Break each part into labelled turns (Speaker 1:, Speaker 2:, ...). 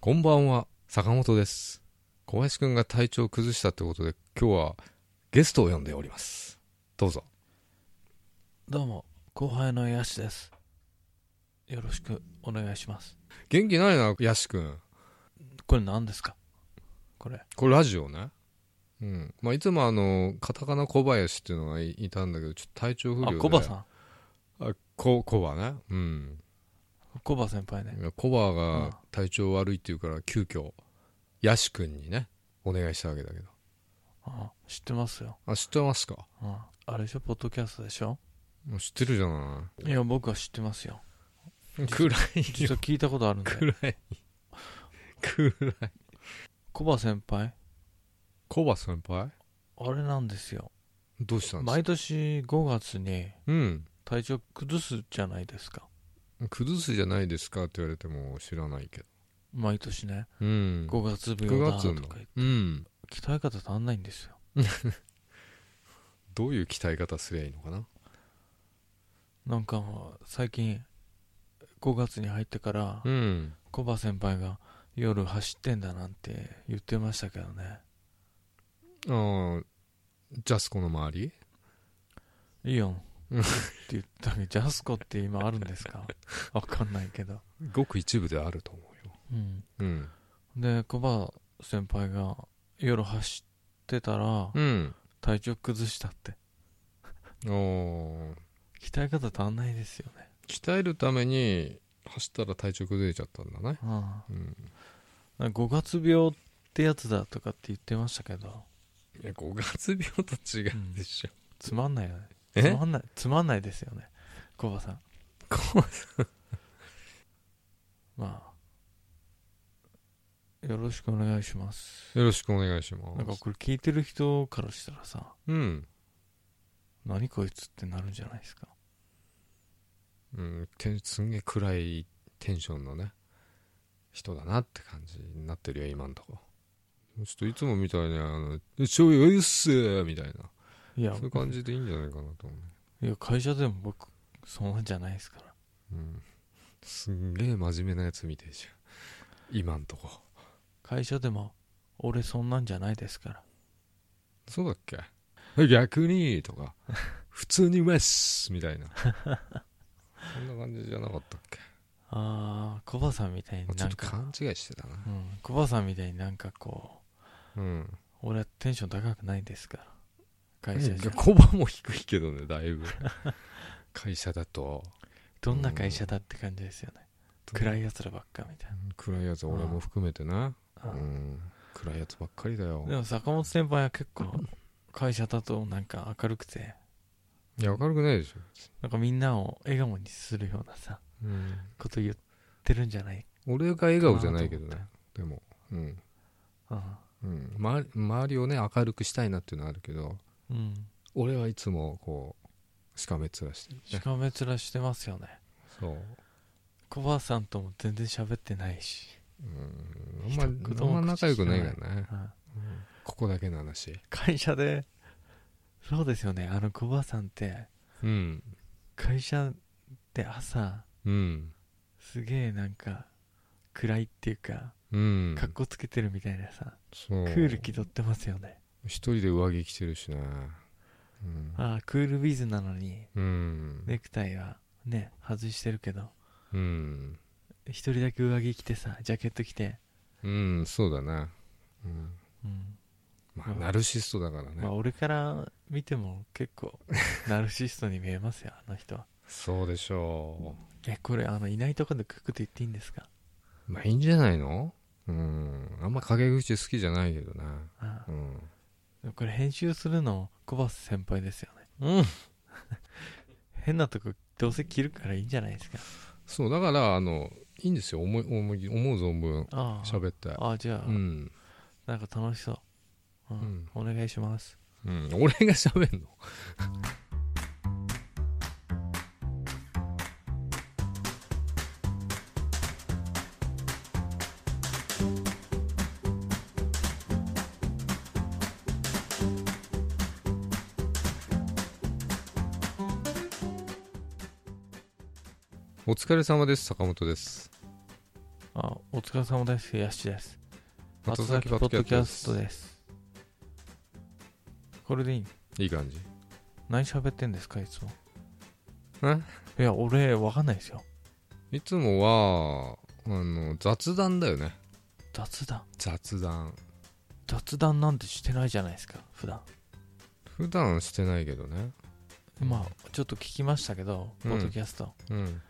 Speaker 1: こんばんは、坂本です。小林くんが体調を崩したってことで、今日はゲストを呼んでおります。どうぞ。
Speaker 2: どうも後輩のヤシですよろしくお願いします
Speaker 1: 元気ないな、ヤシくん。
Speaker 2: これ何ですかこれ
Speaker 1: これラジオね。うん。まあ、いつもあの、カタカナ小林っていうのがいいたんだけど、ちょっと体調不良
Speaker 2: あ
Speaker 1: で。
Speaker 2: コバさん
Speaker 1: ん。あ、ココバね。うん。
Speaker 2: コバ先輩ね
Speaker 1: コバ
Speaker 2: うん
Speaker 1: が体調悪いっていうから、急遽、ヤシくんにね、お願いしたわけだけど。
Speaker 2: あ知ってますよ、
Speaker 1: あ、知ってますか
Speaker 2: うん、あれでしょポッドキャストでしょ
Speaker 1: もう知ってるじゃない
Speaker 2: や僕は知ってますよ
Speaker 1: い。暗い
Speaker 2: 実
Speaker 1: よ。
Speaker 2: は聞いたことあるんで
Speaker 1: 暗い。暗い。
Speaker 2: コバ先輩
Speaker 1: コバ先輩
Speaker 2: あれなんですよ
Speaker 1: どうしたんですか
Speaker 2: 毎年5月に
Speaker 1: うん
Speaker 2: 体調崩すじゃないですか
Speaker 1: 崩すじゃないですかって言われても知らないけど
Speaker 2: 毎年ね
Speaker 1: うん
Speaker 2: 5月病
Speaker 1: 9
Speaker 2: だ
Speaker 1: 月
Speaker 2: と
Speaker 1: の
Speaker 2: か言って
Speaker 1: うん
Speaker 2: 鍛え方足んないんですよ
Speaker 1: どういう鍛え方すりゃいいのかな
Speaker 2: なんか最近5月に入ってから
Speaker 1: うん
Speaker 2: コバ先輩が夜走ってんだなんて言ってましたけどね
Speaker 1: あージャスコの周り
Speaker 2: イオン
Speaker 1: うん
Speaker 2: って言ったけどジャスコって今あるんです かわかんないけど、
Speaker 1: ごく一部であると思うよ
Speaker 2: うん、
Speaker 1: うん
Speaker 2: でコバ先輩が夜走ってたら
Speaker 1: うん
Speaker 2: 体調崩したって
Speaker 1: あー
Speaker 2: 鍛え方足んないですよね、
Speaker 1: 鍛えるために走ったら体調崩れちゃったんだね
Speaker 2: うん、
Speaker 1: うん
Speaker 2: なんか5月病ってやつだとかって言ってましたけど
Speaker 1: いや5月病と違うでしょ、
Speaker 2: つまんないよねつ
Speaker 1: え
Speaker 2: まんないつまんないですよねコバさん
Speaker 1: こ
Speaker 2: まあよろしくお願いします
Speaker 1: うよろしくお願いし
Speaker 2: なん
Speaker 1: ま
Speaker 2: か
Speaker 1: す
Speaker 2: これ聞いてる人からしたらさ
Speaker 1: うん、
Speaker 2: 何こいつってなるんじゃないですか
Speaker 1: うん、てすんげえ暗いテンションのね人だなって感じになってるよ今んとこちょっといつもみたいにあの「えちょいおいっすー」みたいない
Speaker 2: や
Speaker 1: そういう感じでいいんじゃないかなと思う、
Speaker 2: いや会社でも僕そんなんじゃないですから
Speaker 1: うん、すんげえ真面目なやつみてえじゃん今んとこ
Speaker 2: 会社でも俺そんなんじゃないですから
Speaker 1: そうだっけ逆にとか 普通にうまいっすみたい なそんな感じじゃなかったっけ
Speaker 2: あーコバさんみたいに
Speaker 1: あちょ
Speaker 2: な
Speaker 1: っ
Speaker 2: ん
Speaker 1: と
Speaker 2: か
Speaker 1: 勘違いしてたな
Speaker 2: うんコバさんみたいになんかこ
Speaker 1: うん
Speaker 2: う俺はテンション高くないですから会社じゃ
Speaker 1: 小判も低いけどねだい ぶ会社だと
Speaker 2: どんな会社だって感じですよね暗いやつらばっかみたい
Speaker 1: 暗いやつ俺も含めてな、
Speaker 2: な
Speaker 1: う、ん、暗いやつばっかりだよ
Speaker 2: でも坂本先輩は結構会社だとなんか明るくて
Speaker 1: いや明るくないでしょ、
Speaker 2: なんかみんなを笑顔にするようなさ
Speaker 1: うん、
Speaker 2: こと言ってるんじゃない
Speaker 1: 俺が笑顔じゃないけどね
Speaker 2: かな
Speaker 1: でも、うん
Speaker 2: うん、
Speaker 1: うん、周り周りをね明るくしたいなっていうのはあるけど
Speaker 2: うん、
Speaker 1: 俺はいつもこうしかめっ面してる、
Speaker 2: し
Speaker 1: ね、
Speaker 2: かめ面してますよね
Speaker 1: そう、
Speaker 2: コバさんとも全然喋ってないし、
Speaker 1: うん、あん
Speaker 2: 一
Speaker 1: ま
Speaker 2: 言も
Speaker 1: あんま仲良くないからね
Speaker 2: うん、
Speaker 1: ここだけの話
Speaker 2: 会社でそうですよねあのコバさんって
Speaker 1: うん
Speaker 2: 会社で朝
Speaker 1: うん
Speaker 2: すげえなんか暗いっていうか
Speaker 1: うん
Speaker 2: かっこつけてるみたいなさ、
Speaker 1: そう
Speaker 2: クール気取ってますよね
Speaker 1: 一人で上着着てるしねうん
Speaker 2: ああクールビズなのに
Speaker 1: うん、
Speaker 2: ネクタイはね外してるけど
Speaker 1: うん、
Speaker 2: 一人だけ上着着てさジャケット着て、
Speaker 1: うん、そうだな、うん、
Speaker 2: うん
Speaker 1: まあナルシストだからね、
Speaker 2: まあ俺から見ても結 構ナルシストに見えますよあの人は
Speaker 1: そうでしょ
Speaker 2: えこれあのいないとこでくくって言っていいんですか
Speaker 1: うまあいいんじゃないのうんあんま陰口好きじゃないけどな
Speaker 2: ああ
Speaker 1: うん、
Speaker 2: でもこれ編集するのコバス先輩ですよね
Speaker 1: うん、
Speaker 2: 変なとこどうせ切るからいいんじゃないですか
Speaker 1: そうだからあのいいんですよ思い思い思う存分
Speaker 2: ああ
Speaker 1: 喋って
Speaker 2: ああじゃあ、
Speaker 1: うん、
Speaker 2: なんか楽しそう、うんお願いします
Speaker 1: うん、俺が喋んのお疲れ様です坂本です
Speaker 2: あお疲れ様です。ヤシです。
Speaker 1: 後
Speaker 2: 後
Speaker 1: 先
Speaker 2: 先
Speaker 1: ポ
Speaker 2: ポ
Speaker 1: ッ
Speaker 2: ッ
Speaker 1: ド
Speaker 2: ド
Speaker 1: キ
Speaker 2: キ
Speaker 1: ャ
Speaker 2: ャ
Speaker 1: ス
Speaker 2: ス
Speaker 1: ト
Speaker 2: ト
Speaker 1: で
Speaker 2: です。これでいいの
Speaker 1: いい感じ
Speaker 2: 何喋ってんですか、いつも。
Speaker 1: え
Speaker 2: いや、俺、わかんないですよ。
Speaker 1: いつもはあの雑談だよね
Speaker 2: 雑談。
Speaker 1: 雑談
Speaker 2: 雑談なんてしてないじゃないですか、普段。
Speaker 1: 普段してないけどね
Speaker 2: まあ、ちょっと聞きましたけど、
Speaker 1: う
Speaker 2: ポ
Speaker 1: ん
Speaker 2: ッドキャスト。
Speaker 1: うん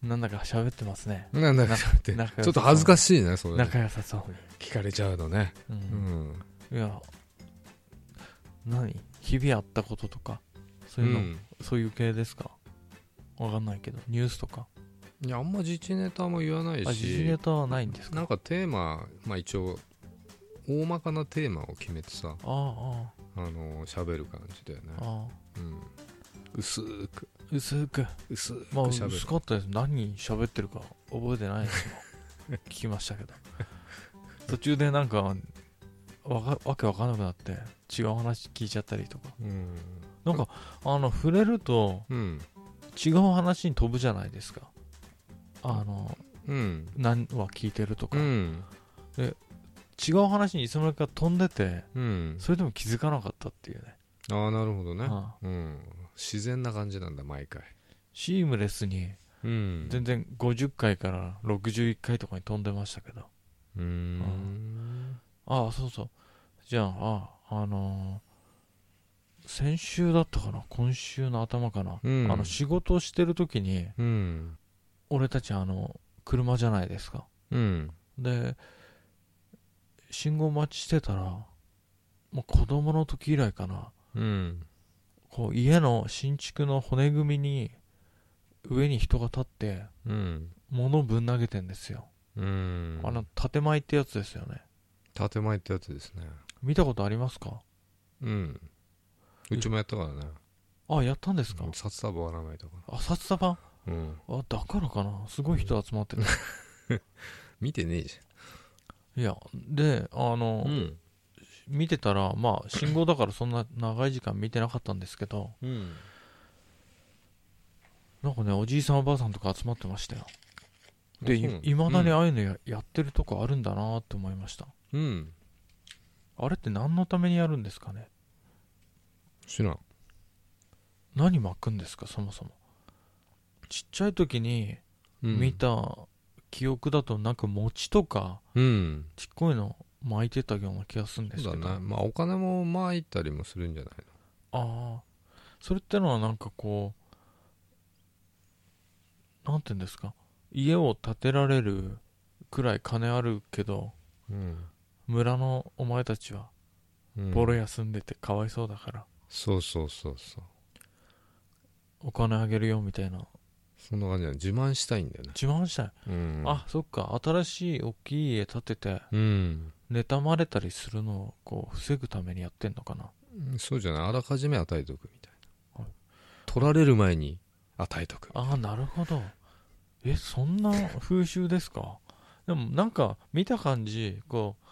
Speaker 2: なんだか喋ってますね。
Speaker 1: なんだか
Speaker 2: な
Speaker 1: 喋って
Speaker 2: 仲良さそう
Speaker 1: ちょっと恥ずかしいねそれ
Speaker 2: 仲良さそう。
Speaker 1: 聞かれちゃうのね
Speaker 2: う。
Speaker 1: うんん
Speaker 2: いや、何日々あったこととか、そうういうの、
Speaker 1: ん
Speaker 2: そういう系ですかわかんないけど、ニュースとか。
Speaker 1: いやあんま自治ネタも言わない
Speaker 2: あ、時事
Speaker 1: し
Speaker 2: ネタはないんですか
Speaker 1: なんかテーマまあ一応大まかなテーマを決めてさ
Speaker 2: ああ、
Speaker 1: あの喋る感じだよね
Speaker 2: ああ、あ
Speaker 1: う
Speaker 2: あ。
Speaker 1: ん薄く
Speaker 2: 薄く。
Speaker 1: 薄く
Speaker 2: まあ、
Speaker 1: 喋る
Speaker 2: 薄かったです。何喋ってるか覚えてないですよ。 聞きましたけど。途中でなんか、わかわけわかんなくなって、違う話聞いちゃったりとか。
Speaker 1: うん
Speaker 2: なんか、あの、触れると
Speaker 1: うん
Speaker 2: 違う話に飛ぶじゃないですか。あの、
Speaker 1: うん
Speaker 2: 何は聞いてるとか。
Speaker 1: うん
Speaker 2: 違う話にいつの間にか飛んでて、
Speaker 1: うん
Speaker 2: それでも気づかなかったっていうね。
Speaker 1: ああなるほどね
Speaker 2: ああ
Speaker 1: うん自然な感じなんだ毎回
Speaker 2: シームレスに、
Speaker 1: うん
Speaker 2: 全然50回から61回とかに飛んでましたけど。
Speaker 1: うーん
Speaker 2: ああそうそうじゃあああのー先週だったかな今週の頭かな、
Speaker 1: うん
Speaker 2: あの仕事をしてる時に
Speaker 1: うん
Speaker 2: 俺たちあの車じゃないですか
Speaker 1: うん
Speaker 2: で信号待ちしてたらもう子供の時以来かな
Speaker 1: うん
Speaker 2: こう家の新築の骨組みに上に人が立って
Speaker 1: うん
Speaker 2: 物をぶん投げてんですよ、
Speaker 1: うん
Speaker 2: あの建前ってやつですよね
Speaker 1: 建前ってやつですね
Speaker 2: 見たことありますか
Speaker 1: うんうちもやったからね
Speaker 2: あやったんですか、
Speaker 1: 札束割らないとか
Speaker 2: 浅草版
Speaker 1: らうん
Speaker 2: あだからかなすごい人集まってた、
Speaker 1: 見てねえじ
Speaker 2: いやであの、
Speaker 1: ゃんん
Speaker 2: 見てたらまあ信号だからそんな長い時間見てなかったんですけど
Speaker 1: うん
Speaker 2: なんかねおじいさんおばあさんとか集まってましたよ
Speaker 1: あそう
Speaker 2: でい
Speaker 1: なの
Speaker 2: いまだにああいうのや,、やってるとこあるんだなって思いました
Speaker 1: うん
Speaker 2: あれって何のためにやるんですかね
Speaker 1: 知らん
Speaker 2: 何巻くんですかそもそもちっちゃい時に
Speaker 1: うん
Speaker 2: 見た記憶だとなんか餅とか
Speaker 1: うん
Speaker 2: ちっこいの巻いてたような気がするんです
Speaker 1: そ
Speaker 2: け
Speaker 1: う
Speaker 2: ど
Speaker 1: だねまあお金もまあいったりもするんじゃない
Speaker 2: ああそれってのはなんかこうなんていうんですか家を建てられるくらい金あるけど
Speaker 1: の
Speaker 2: 村のお前たちは
Speaker 1: うん
Speaker 2: ボロ休んでてかわいそうだから、
Speaker 1: そうそうそうそう
Speaker 2: お金あげるよみたいな
Speaker 1: そんな感じだね自慢したいんだよね
Speaker 2: 自慢したい、
Speaker 1: うん
Speaker 2: あそっか新しい大きい家建てて
Speaker 1: うん
Speaker 2: 妬まれたりするのをこう防ぐためにやってんのかな
Speaker 1: そうじゃないあらかじめ与えとくみたいな
Speaker 2: はい
Speaker 1: 取られる前に与えとく
Speaker 2: ああなるほどえそんな風習ですかでもなんか見た感じこう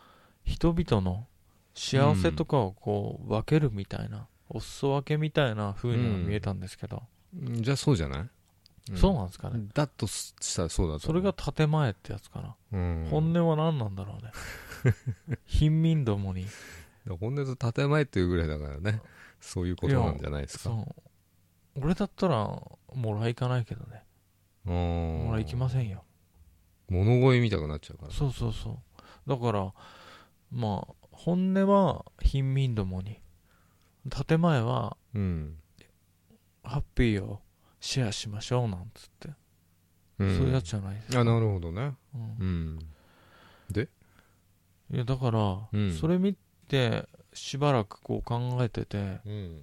Speaker 2: 人々の幸せとかをこう分けるみたいな、お裾分けみたいな風には見えたんですけど、
Speaker 1: うんじゃあそうじゃない、
Speaker 2: そうなんですかね、
Speaker 1: だとしたらそうだと
Speaker 2: そ
Speaker 1: 思
Speaker 2: れ
Speaker 1: う
Speaker 2: が、建前ってやつかな、
Speaker 1: うん、
Speaker 2: 本音は何なんだろうね貧民どもに
Speaker 1: 本音と建前っていうぐらいだからねそういうことなんじゃないですか
Speaker 2: そう俺だったらもらいかないけどねも
Speaker 1: も
Speaker 2: らいきませんよ
Speaker 1: 物乞い見たくなっちゃうから
Speaker 2: そうそうそうだからまあ本音は貧民どもに建前は
Speaker 1: うん、
Speaker 2: ハッピーをシェアしましょうなんつって、
Speaker 1: うん、
Speaker 2: そういうやつじゃないです
Speaker 1: あなるほどね
Speaker 2: うん
Speaker 1: うん
Speaker 2: いやだから、
Speaker 1: うん
Speaker 2: それ見てしばらくこう考えてて
Speaker 1: うん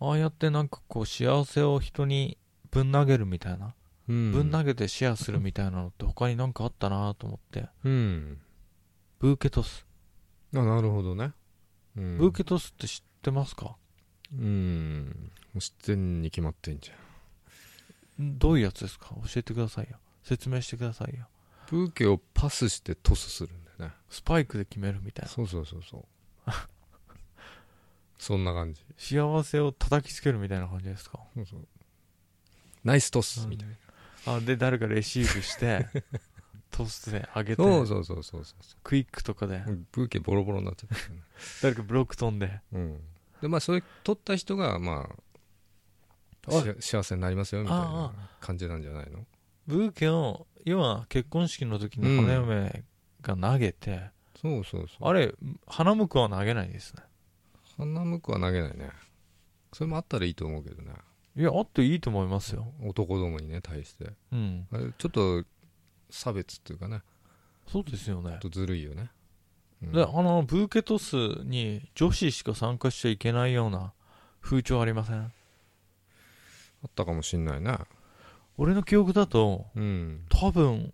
Speaker 2: ああやってなんかこう幸せを人にぶん投げるみたいな
Speaker 1: うん
Speaker 2: ぶん投げてシェアするみたいなのって他になんかあったなと思って
Speaker 1: うん
Speaker 2: ブーケトス、
Speaker 1: あなるほどね、うん、
Speaker 2: ブーケトスって知ってますか
Speaker 1: うん知ってんに決まってんじゃん
Speaker 2: どういうやつですか教えてくださいよ説明してくださいよ
Speaker 1: ブーケをパスしてトスするんだよね
Speaker 2: スパイクで決めるみたいな
Speaker 1: そうそうそうそう そんな感じ
Speaker 2: 幸せを叩きつけるみたいな感じですか
Speaker 1: そうそうナイストスみたい
Speaker 2: いなあで誰かレシーブして トスで上げて
Speaker 1: そうそうそうそうそ
Speaker 2: クイックとかで
Speaker 1: うブーケボロボロになっちゃったよね
Speaker 2: 誰かブロック飛んで
Speaker 1: うんでまあそれ取った人がまあ
Speaker 2: おい
Speaker 1: し幸せになりますよみたい
Speaker 2: あ
Speaker 1: な感じなんじゃないの
Speaker 2: ブーケを今結婚式の時に花嫁が投げて、
Speaker 1: そうそうそう
Speaker 2: あれ花婿は投げないですね
Speaker 1: 花婿は投げないねそれもあったらいいと思うけどね
Speaker 2: いやあっていいと思いますよ
Speaker 1: 男どもにね対して
Speaker 2: うん
Speaker 1: あれちょっと差別っていうかね
Speaker 2: そうですよね
Speaker 1: ちょっとずるいよね、うん
Speaker 2: であのブーケトスに女子しか参加しちゃいけないような風潮ありません
Speaker 1: あったかもしんないな
Speaker 2: 俺の記憶だと
Speaker 1: うん
Speaker 2: 多分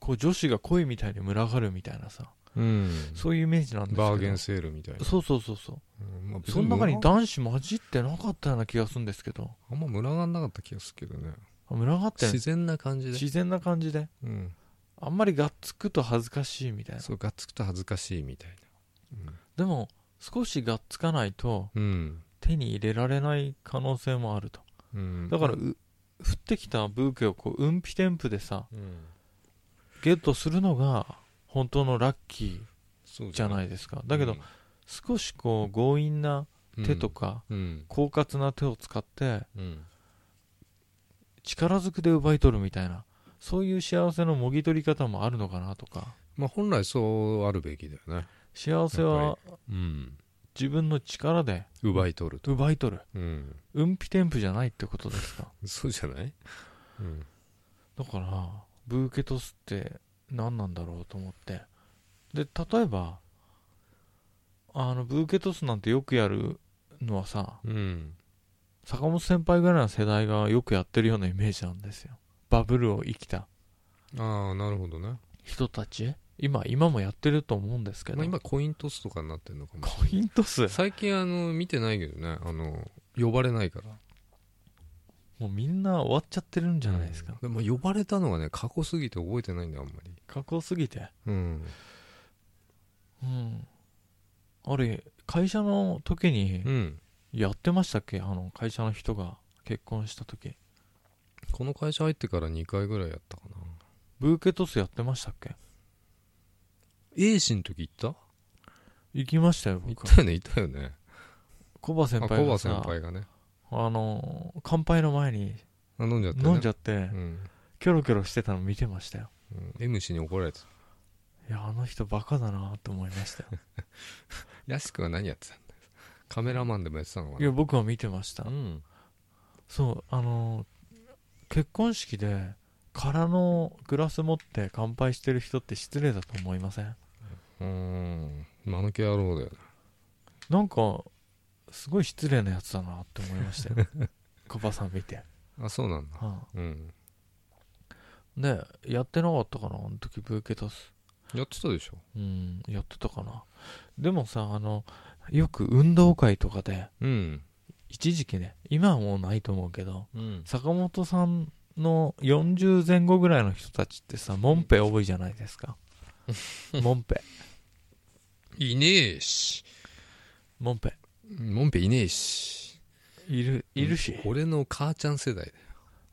Speaker 2: こう女子が恋みたいに群がるみたいなさ
Speaker 1: うん
Speaker 2: そういうイメージなんですけど
Speaker 1: バーゲンセールみたいな、
Speaker 2: そうそうそうそう
Speaker 1: うんまあ、
Speaker 2: その中に
Speaker 1: 別
Speaker 2: 男子混じってなかったような気がするんですけど
Speaker 1: あんま群がんなかった気がするけどね
Speaker 2: あ群がって
Speaker 1: 自然な感じで、
Speaker 2: 自然な感じで
Speaker 1: うん、
Speaker 2: あんまりがっつくと恥ずかしいみたいな
Speaker 1: そうがっつくと恥ずかしいみたいな
Speaker 2: でも少しがっつかないと
Speaker 1: うん、
Speaker 2: 手に入れられない可能性もあると
Speaker 1: うん、
Speaker 2: だから、う降ってきたブーケをこう運否天賦でさ
Speaker 1: うん、
Speaker 2: ゲットするのが本当のラッキ
Speaker 1: そう
Speaker 2: ーじゃないいですかだけど、少しこう強引な手とか
Speaker 1: うん
Speaker 2: 狡猾な手を使って
Speaker 1: うん
Speaker 2: 力ずくで奪い取るみたいなそういう幸せのもぎ取り方もあるのかなとか
Speaker 1: まあ本来そうあるべきだよね、
Speaker 2: 幸せ
Speaker 1: やっ
Speaker 2: は
Speaker 1: うん、
Speaker 2: 自分の力で
Speaker 1: 奪い取ると、
Speaker 2: 奪い取る
Speaker 1: うん、
Speaker 2: 運否天賦じゃないってことですか
Speaker 1: そうじゃない、うん、
Speaker 2: だからブーケトスって何なんだろうと思ってで例えばあのブーケトスなんてよくやるのはさ
Speaker 1: うん、
Speaker 2: 坂本先輩ぐらいの世代がよくやってるようなイメージなんですよバブルを生きた
Speaker 1: ああなるほどね、
Speaker 2: 人たち今今もやってると思うんですけど、
Speaker 1: まあ、今コイントスとかになってるのかも
Speaker 2: コイントス
Speaker 1: 最近あの見てないけどねあの呼ばれないから
Speaker 2: もうみんな終わっちゃってるんじゃないですか、
Speaker 1: うんでも呼ばれたのがね過去すぎて覚えてないんだよあんまり
Speaker 2: 過去すぎて
Speaker 1: うん
Speaker 2: うんあれ会社の時に
Speaker 1: うん
Speaker 2: やってましたっけあの会社の人が結婚した時
Speaker 1: この会社入ってから2回ぐらいやったかな
Speaker 2: ブーケトスやってましたっけ
Speaker 1: A 氏の時行った
Speaker 2: 行きましたよ
Speaker 1: 行
Speaker 2: 僕
Speaker 1: ったよね行ったよね
Speaker 2: コバ先
Speaker 1: あ
Speaker 2: 輩
Speaker 1: コ
Speaker 2: が
Speaker 1: バ先
Speaker 2: さ
Speaker 1: 輩がね
Speaker 2: あの乾杯の前に
Speaker 1: あ飲んじゃったね
Speaker 2: 飲んじゃって、
Speaker 1: うん、
Speaker 2: キョロキョロしてたの見てましたよ
Speaker 1: うん、M 氏に怒られてた
Speaker 2: いやあの人バカだなと思いま したよ
Speaker 1: ヤシ君は何やってたんだよカメラマンでもやってたのか
Speaker 2: い
Speaker 1: な
Speaker 2: や僕は見てました
Speaker 1: うん
Speaker 2: そうあの結婚式で空のグラス持って乾杯してる人って失礼だと思いません
Speaker 1: うーん間抜け野郎だよね
Speaker 2: なんかすごい失礼なやつだなって思いましたよコバさん見て、
Speaker 1: あそうなんだ
Speaker 2: は
Speaker 1: うん
Speaker 2: あ、でやってなかったかなあの時ブーケトス
Speaker 1: やってたでしょ
Speaker 2: うんやってたかなでもさあのよく運動会とかで
Speaker 1: うん
Speaker 2: 一時期ね今はもうないと思うけど
Speaker 1: うん
Speaker 2: 坂本さんの40前後ぐらいの人たちってさモンペ多いじゃないで すかモンペ
Speaker 1: いねえし
Speaker 2: モンペ
Speaker 1: モンペいねえし
Speaker 2: いるいるし、
Speaker 1: 俺の母ちゃん世代だよ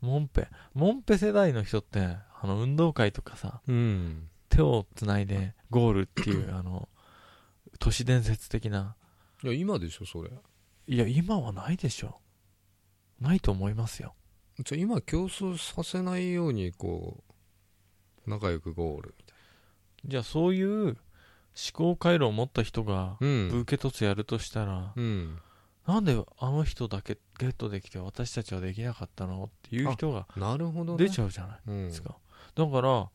Speaker 2: モンペモンペ世代の人ってあの運動会とかさ
Speaker 1: うん
Speaker 2: 手をつないでゴールってい うあの都市伝説的ない
Speaker 1: や今でしょそれ
Speaker 2: いや今はないでしょないと思いますよ
Speaker 1: じゃあ今競争させないようにこう仲良くゴールみたい
Speaker 2: じゃあそういう思考回路を持った人が
Speaker 1: なう
Speaker 2: ブー
Speaker 1: ん
Speaker 2: ケトスやるとしたら、
Speaker 1: うん
Speaker 2: なんであの人だけゲットできて私たちはできなかったのっていう人が
Speaker 1: なるほどね
Speaker 2: 出ちゃうじゃないうで
Speaker 1: ん
Speaker 2: すか、だから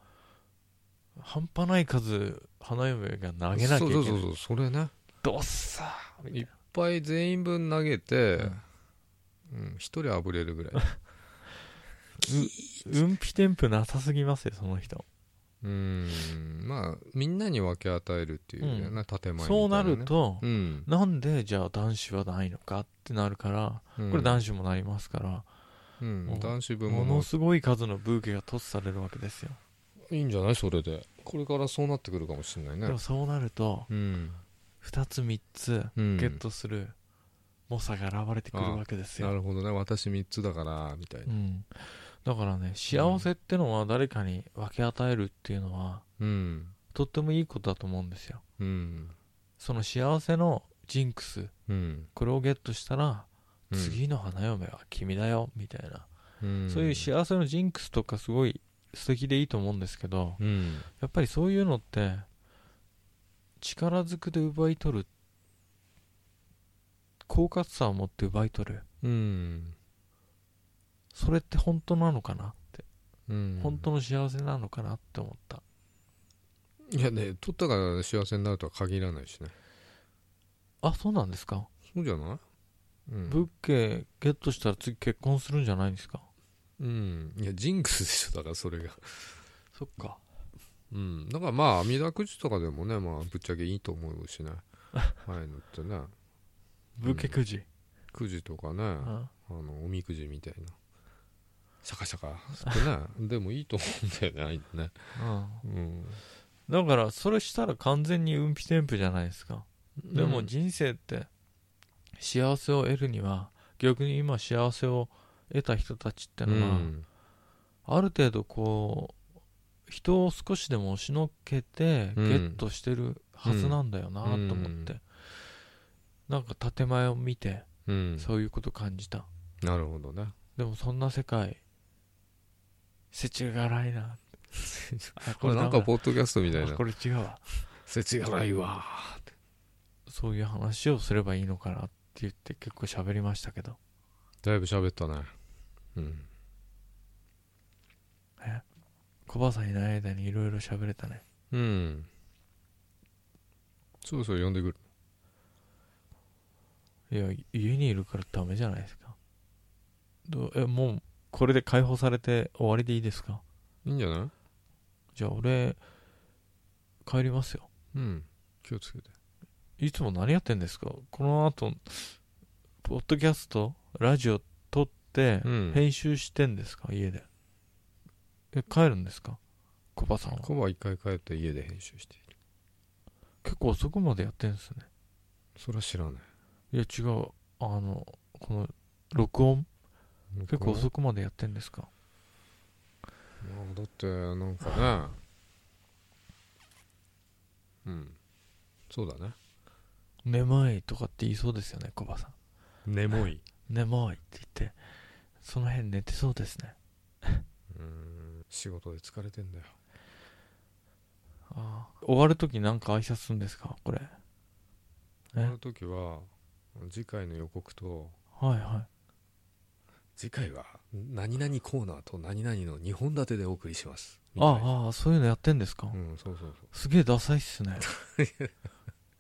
Speaker 2: 半端ない数花嫁が投げなきゃいけない
Speaker 1: そうそうそうそうそれねいっ
Speaker 2: どっさーみたいな
Speaker 1: ぱい全員分投げて
Speaker 2: うん
Speaker 1: うん一人あぶれるぐ らい
Speaker 2: 運否天賦なさすぎますよその人
Speaker 1: うんまあみんなに分け与えるっていうような建前みたいなね
Speaker 2: そうなると、
Speaker 1: うん
Speaker 2: なんでじゃあ男子はないのかってなるから、
Speaker 1: うん
Speaker 2: これ男子もなりますから、
Speaker 1: うん男子部
Speaker 2: も
Speaker 1: 門
Speaker 2: の
Speaker 1: も
Speaker 2: すごい数のブーケがトスされるわけですよ、
Speaker 1: いいんじゃないそれでこれからそうなってくるかもしれない
Speaker 2: で
Speaker 1: ね
Speaker 2: もそうなると
Speaker 1: うん
Speaker 2: 2つ3つ
Speaker 1: うん
Speaker 2: ゲットする猛者が現れてくるわけですよ、
Speaker 1: なるほどね私3つだからみたいな
Speaker 2: うん、だからね幸せってのは誰かに分け与えるっていうのは
Speaker 1: うん
Speaker 2: とってもいいことだと思うんですよ
Speaker 1: うん
Speaker 2: その幸せのジンクス
Speaker 1: うん
Speaker 2: これをゲットしたら次の花嫁は君だよみたいな、
Speaker 1: うん
Speaker 2: そういう幸せのジンクスとかすごい素敵でいいと思うんですけど
Speaker 1: うん
Speaker 2: やっぱりそういうのって力ずくで奪い取る狡猾さを持って奪い取る
Speaker 1: うん
Speaker 2: それって本当なのかなって、
Speaker 1: うん
Speaker 2: 本当の幸せなのかなって思った
Speaker 1: いやね取ったから幸せになるとは限らないしね
Speaker 2: あそうなんですか、
Speaker 1: そうじゃないうん
Speaker 2: ブッケゲットしたら次結婚するんじゃないんですか
Speaker 1: うんいやジンクスでしょだからそれが
Speaker 2: そっか
Speaker 1: うんだからまあ網だくじとかでもねまあぶっちゃけいいと思う しねああいうのってね
Speaker 2: ブッケくじ、
Speaker 1: くじとかね、
Speaker 2: うん
Speaker 1: あのおみくじみたいなシャカシャカって ねでもいいと思うんだよねああいうのね
Speaker 2: うん
Speaker 1: うん
Speaker 2: だからそれしたら完全に運気ンプじゃないですかでも
Speaker 1: うん
Speaker 2: 人生って幸せを得るには逆に今幸せを得た人たちってのは、
Speaker 1: うん
Speaker 2: ある程度こう人を少しでも押しのけてゲ
Speaker 1: うん
Speaker 2: ットしてるはずなんだよなと思って、
Speaker 1: うん
Speaker 2: なんか建前を見て
Speaker 1: うん
Speaker 2: そういうこと感じた、
Speaker 1: なるほどね
Speaker 2: でもそんな世界世知辛い なあ
Speaker 1: これなんか
Speaker 2: ダメ
Speaker 1: ポッドキャストみた
Speaker 2: だ
Speaker 1: い
Speaker 2: あ
Speaker 1: な
Speaker 2: これ違うわ
Speaker 1: せちがないわ
Speaker 2: そういう話をすればいいのかなって言って結構喋りましたけど
Speaker 1: だいぶ喋ったねうん
Speaker 2: コバさんいない間にいろいろ喋れたね
Speaker 1: うんそうそう呼んでくる
Speaker 2: いや家にいるからダメじゃないですかどうえもうこれで解放されて終わりでいいですか
Speaker 1: いいんじゃない
Speaker 2: じゃあ俺帰りますよ
Speaker 1: うん気をつけて
Speaker 2: いつも何やってんですかこの後ポッドキャストラジオ撮って
Speaker 1: うん
Speaker 2: 編集してんですか家でえ帰るんですかコバさんは
Speaker 1: コバは一回帰って家で編集している
Speaker 2: 結構遅くまでやってんですね
Speaker 1: それは知らない
Speaker 2: いや違うあのこの録音結構
Speaker 1: 僕は
Speaker 2: 遅くまでやってんですか
Speaker 1: まあだってなんかねうんそうだね
Speaker 2: 眠いとかって言いそうですよねコバさ
Speaker 1: 眠い
Speaker 2: ん眠いって言ってその辺寝てそうですね
Speaker 1: うん仕事で疲れてんだよ
Speaker 2: ああ終わる時なんか挨拶するんですかこれ
Speaker 1: あの時は次回の予告と
Speaker 2: はいは
Speaker 1: 次回は何々コーナーと何々の2本立てでお送りします
Speaker 2: いああそういうのやってんですか、
Speaker 1: うんそうそうそ
Speaker 2: すげえダサい っすね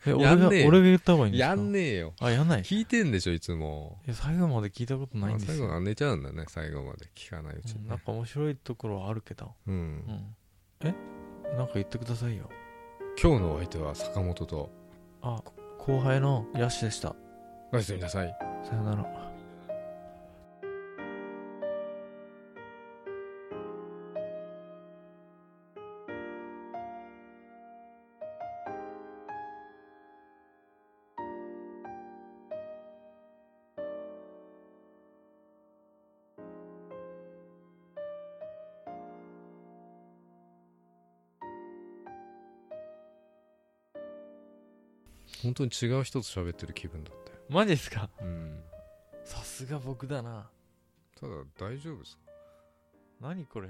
Speaker 2: え俺
Speaker 1: やん
Speaker 2: が
Speaker 1: ねえよ
Speaker 2: 俺が言った方がいいん
Speaker 1: う
Speaker 2: ですか
Speaker 1: やんねえよ
Speaker 2: あやんないい
Speaker 1: 聞いてんでしょいつも
Speaker 2: や最後まで聞いたことないんです
Speaker 1: 最後
Speaker 2: よ、
Speaker 1: は寝ちゃうんだね最後まで聞かないうち
Speaker 2: うん
Speaker 1: に
Speaker 2: なん
Speaker 1: ね
Speaker 2: か面白いところはあるけど、
Speaker 1: うん、
Speaker 2: うん、えなんか言ってくださいよ
Speaker 1: 今日のお相手は坂本と
Speaker 2: あ後輩のヤシでした
Speaker 1: おやすみなさい
Speaker 2: さよなら
Speaker 1: 本当に違う人と喋ってる気分だったよ
Speaker 2: マジですか
Speaker 1: うん
Speaker 2: さすが僕だな
Speaker 1: ただ大丈夫ですか
Speaker 2: 何これ